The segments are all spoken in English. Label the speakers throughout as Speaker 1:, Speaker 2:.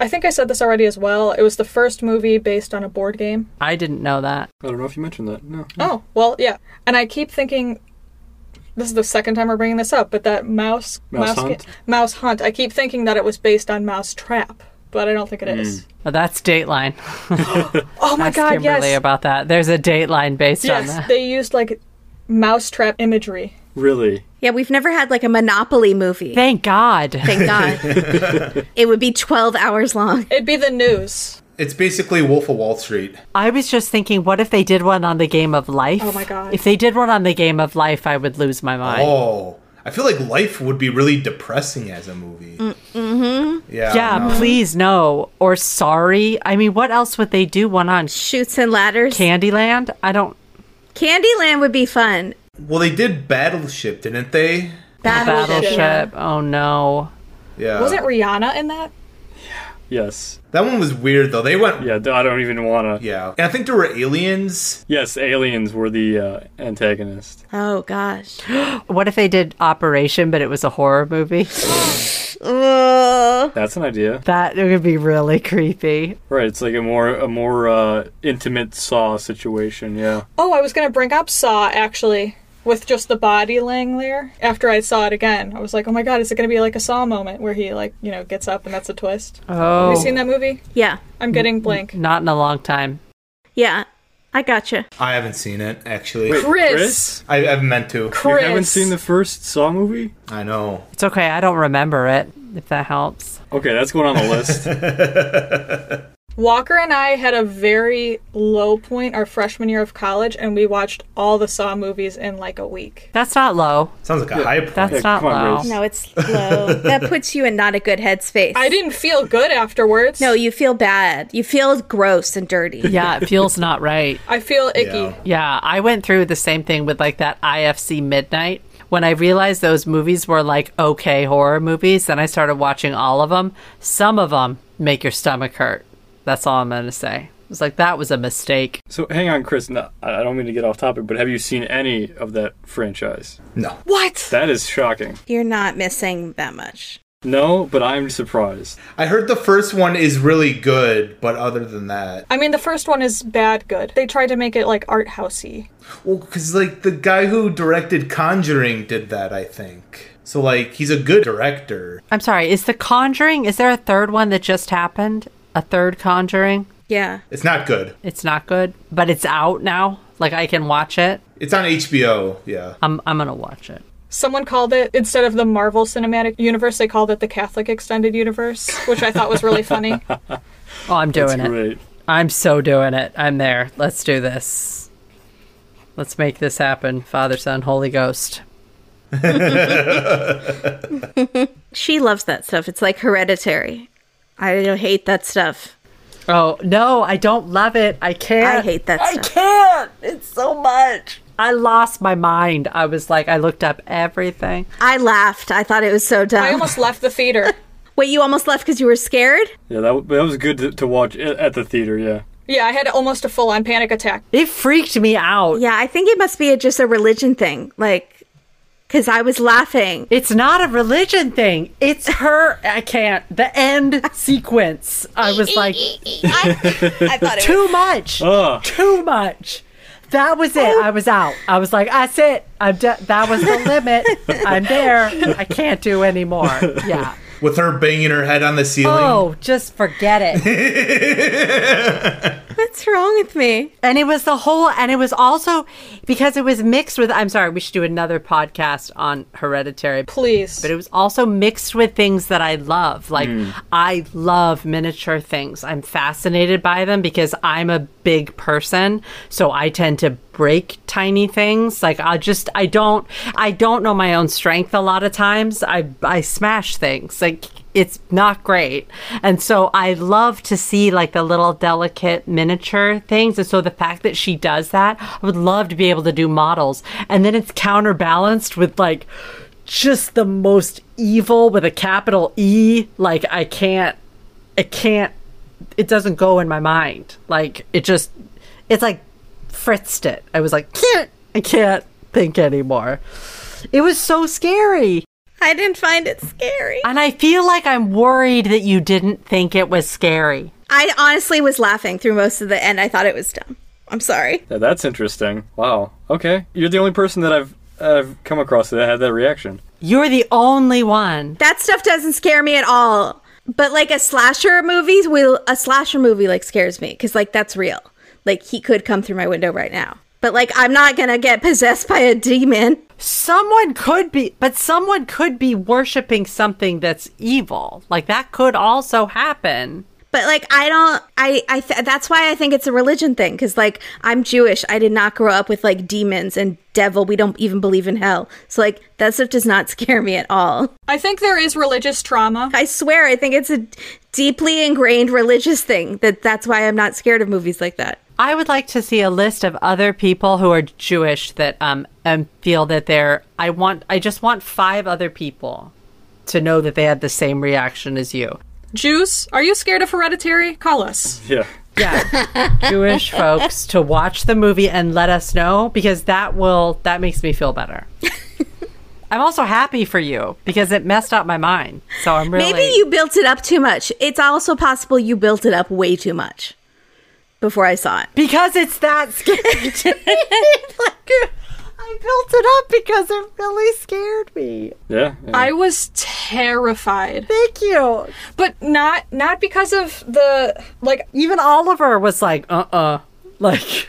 Speaker 1: I think I said this already as well. It was the first movie based on a board game.
Speaker 2: I didn't know that.
Speaker 3: I don't know if you mentioned that. No.
Speaker 1: Oh, well, yeah. And I keep thinking this is the second time we're bringing this up, but that mouse
Speaker 3: Mouse
Speaker 1: ga-
Speaker 3: Hunt?
Speaker 1: mouse hunt. I keep thinking that it was based on Mouse Trap, but I don't think it is.
Speaker 2: Oh, that's Dateline.
Speaker 1: Oh my
Speaker 2: Ask
Speaker 1: god,
Speaker 2: Kimberly
Speaker 1: yes.
Speaker 2: about that. There's a Dateline based on
Speaker 1: Yes,
Speaker 2: that.
Speaker 1: they used like mouse trap imagery.
Speaker 3: Really?
Speaker 4: Yeah, we've never had like a Monopoly movie.
Speaker 2: Thank God.
Speaker 4: Thank God. it would be 12 hours long.
Speaker 1: It'd be the news.
Speaker 5: It's basically Wolf of Wall Street.
Speaker 2: I was just thinking, what if they did one on the game of life?
Speaker 1: Oh my God.
Speaker 2: If they did one on the game of life, I would lose my mind.
Speaker 5: Oh, I feel like life would be really depressing as a movie. Mm-hmm. Yeah.
Speaker 2: Mm, yeah,
Speaker 5: no.
Speaker 2: please no. Or sorry. I mean, what else would they do one on
Speaker 4: Shoots and ladders.
Speaker 2: Candyland? I don't.
Speaker 4: Candyland would be fun.
Speaker 5: Well, they did Battleship, didn't they?
Speaker 1: Battleship.
Speaker 2: Battleship. Oh no.
Speaker 5: Yeah.
Speaker 1: Wasn't Rihanna in that?
Speaker 3: Yes.
Speaker 5: that one was weird though. They went.
Speaker 3: Yeah, I don't even want to.
Speaker 5: Yeah. And I think there were aliens.
Speaker 3: Yes, aliens were the uh, antagonist.
Speaker 4: Oh gosh.
Speaker 2: What if they did Operation, but it was a horror movie?
Speaker 4: Ugh.
Speaker 3: That's an idea.
Speaker 2: That would be really creepy.
Speaker 3: Right, it's like a more a more uh, intimate Saw situation, yeah.
Speaker 1: Oh, I was gonna bring up Saw actually, with just the body laying there. After I saw it again, I was like, oh my god, is it gonna be like a Saw moment where he like you know gets up and that's a twist?
Speaker 2: Oh,
Speaker 1: Have you seen that movie?
Speaker 4: Yeah.
Speaker 1: I'm getting blank.
Speaker 2: not in a long time.
Speaker 4: Yeah. I gotcha.
Speaker 5: I haven't seen it actually.
Speaker 1: Chris.
Speaker 5: I, I've meant to.
Speaker 3: You
Speaker 1: Chris.
Speaker 3: haven't seen the first Saw movie?
Speaker 5: I know.
Speaker 2: It's okay. I don't remember it. If that helps.
Speaker 3: Okay, that's going on the list.
Speaker 1: Walker and I had a very low point our freshman year of college, and we watched all the Saw movies in like a week.
Speaker 2: That's not low.
Speaker 5: Sounds like a high point.
Speaker 2: That's not
Speaker 3: come on,
Speaker 2: low.
Speaker 3: Grace.
Speaker 4: No, it's low. that puts you in not a good headspace.
Speaker 1: I didn't feel good afterwards.
Speaker 4: No, you feel bad. You feel gross and dirty.
Speaker 2: Yeah, it feels not right.
Speaker 1: I feel icky.
Speaker 5: Yeah.
Speaker 2: Yeah, I went through the same thing with like that IFC Midnight. When I realized those movies were like okay horror movies, then I started watching all of them. Some of them make your stomach hurt. That's all I'm going to say. It's like that was a mistake.
Speaker 3: So hang on, Chris. No, I I don't mean to get off topic, but have you seen any of that franchise?
Speaker 5: No.
Speaker 1: What?
Speaker 3: That is shocking.
Speaker 4: You're not missing that much.
Speaker 3: No, but I'm surprised.
Speaker 5: I heard the first one is really good, but other than that,
Speaker 1: I mean, the first one is bad good. They tried to make it like art housey.
Speaker 5: well, because like the guy who directed Conjuring did that, I think. So like he's a good director.
Speaker 2: I'm sorry, is The Conjuring, is there a third one that just happened? A third Conjuring?
Speaker 4: Yeah.
Speaker 5: It's not good.
Speaker 2: It's not good, but it's out now. Like I can watch it.
Speaker 5: It's on HBO. Yeah.
Speaker 2: I'm I'm going to watch it.
Speaker 1: Someone called it instead of the Marvel Cinematic Universe, they called it the Catholic Extended Universe, which I thought was really funny.
Speaker 2: Oh, I'm doing it.
Speaker 3: Great.
Speaker 2: I'm so doing it. I'm there. Let's do this. Let's make this happen. Father, Son, Holy Ghost.
Speaker 4: She loves that stuff. It's like hereditary. I don't hate that stuff.
Speaker 2: Oh, no, I don't love it. I can't.
Speaker 4: I hate that
Speaker 2: I
Speaker 4: stuff.
Speaker 2: can't. It's so much. I lost my mind. I was like, I looked up everything.
Speaker 4: I laughed. I thought it was so dumb.
Speaker 1: I almost left the theater.
Speaker 4: Wait, you almost left because you were scared?
Speaker 3: Yeah, that, w- that was good to, to watch i- at the theater. Yeah.
Speaker 1: Yeah, I had almost a full on panic attack.
Speaker 2: It freaked me out.
Speaker 4: Yeah, I think it must be a, just a religion thing. Like, because I was laughing.
Speaker 2: It's not a religion thing. It's her. I can't. The end sequence. I was like,
Speaker 4: I thought it
Speaker 2: too much.
Speaker 3: Ugh.
Speaker 2: Too much. That was it. I was out. I was like, that's it. I'm de- that was the limit. I'm there. I can't do anymore. Yeah.
Speaker 5: With her banging her head on the ceiling.
Speaker 2: Oh, just forget it.
Speaker 4: What's wrong with me?
Speaker 2: And it was the whole, and it was also because it was mixed with, I'm sorry, we should do another podcast on hereditary.
Speaker 1: Please.
Speaker 2: But it was also mixed with things that I love. Like, I love miniature things. I'm fascinated by them because I'm a big person. So I tend to break tiny things. Like, I just, I don't, I don't know my own strength a lot of times. I, I smash things. Like, it's not great. And so I love to see like the little delicate miniature things. And so the fact that she does that, I would love to be able to do models. And then it's counterbalanced with like just the most evil with a capital E. Like I can't, I can't, it doesn't go in my mind. Like it just, it's like fritzed it. I was like, can't, I can't think anymore. It was so scary.
Speaker 4: I didn't find it scary.
Speaker 2: And I feel like I'm worried that you didn't think it was scary.
Speaker 4: I honestly was laughing through most of the end. I thought it was dumb. I'm sorry.
Speaker 3: Yeah, that's interesting. Wow. Okay. You're the only person that I've I've come across that had that reaction.
Speaker 2: You're the only one.
Speaker 4: That stuff doesn't scare me at all. But like a slasher movie will a slasher movie like scares me cuz like that's real. Like he could come through my window right now. But like I'm not going to get possessed by a demon.
Speaker 2: Someone could be, but someone could be worshiping something that's evil. Like that could also happen.
Speaker 4: But like I don't I I th- that's why I think it's a religion thing cuz like I'm Jewish. I did not grow up with like demons and devil. We don't even believe in hell. So like that stuff does not scare me at all.
Speaker 1: I think there is religious trauma.
Speaker 4: I swear, I think it's a deeply ingrained religious thing that that's why I'm not scared of movies like that.
Speaker 2: I would like to see a list of other people who are Jewish that um and feel that they're. I want. I just want five other people to know that they had the same reaction as you.
Speaker 1: Jews, are you scared of hereditary? Call us.
Speaker 3: Yeah.
Speaker 2: Yeah, Jewish folks to watch the movie and let us know because that will that makes me feel better. I'm also happy for you because it messed up my mind. So I'm really
Speaker 4: Maybe you built it up too much. It's also possible you built it up way too much before I saw it.
Speaker 2: because it's that scary to me. Like, I built it up because it really scared me.
Speaker 3: Yeah. yeah.
Speaker 1: I was terrified.
Speaker 2: Thank you.
Speaker 1: But not not because of the like
Speaker 2: Even Oliver was like, uh uh Like,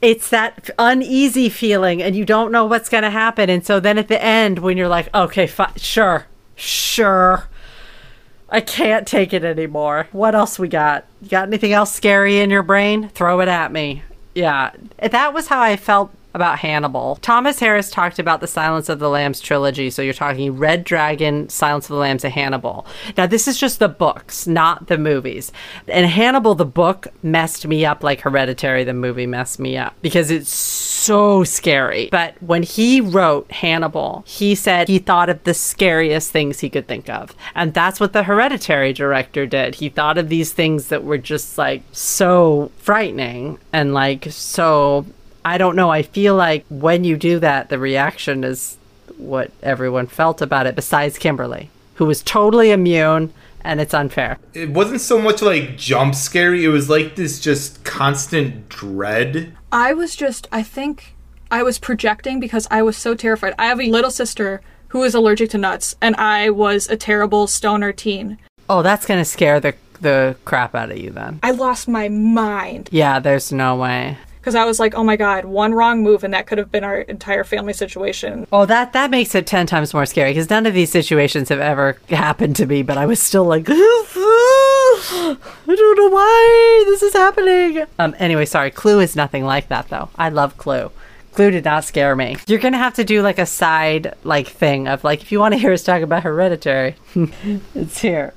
Speaker 2: it's that uneasy feeling, and you don't know what's going to happen. And so then at the end, when you're like, okay, fi- sure, sure, I can't take it anymore. What else we got? You got anything else scary in your brain? Throw it at me. Yeah. That was how I felt about Hannibal. Thomas Harris talked about the Silence of the Lambs trilogy. So you're talking Red Dragon, Silence of the Lambs, and Hannibal. Now, this is just the books, not the movies. And Hannibal, the book, messed me up like Hereditary, the movie messed me up because it's so scary. But when he wrote Hannibal, he said he thought of the scariest things he could think of. And that's what the Hereditary director did. He thought of these things that were just like so frightening and like so I don't know. I feel like when you do that, the reaction is what everyone felt about it, besides Kimberly, who was totally immune, and it's unfair.
Speaker 5: It wasn't so much like jump scary, it was like this just constant dread.
Speaker 1: I was just I think I was projecting because I was so terrified. I have a little sister who is allergic to nuts and I was a terrible stoner teen.
Speaker 2: Oh, that's going to scare the, the crap out of you then.
Speaker 1: I lost my mind
Speaker 2: Yeah, there's no way.
Speaker 1: because I was like, "Oh my god, one wrong move and that could have been our entire family situation."
Speaker 2: Oh, that, that makes it 10 times more scary because none of these situations have ever happened to me, but I was still like, I don't know why this is happening. Um, anyway, sorry. Clue is nothing like that, though. I love Clue. Clue did not scare me. You're gonna have to do like a side like thing of like if you want to hear us talk about Hereditary, it's here.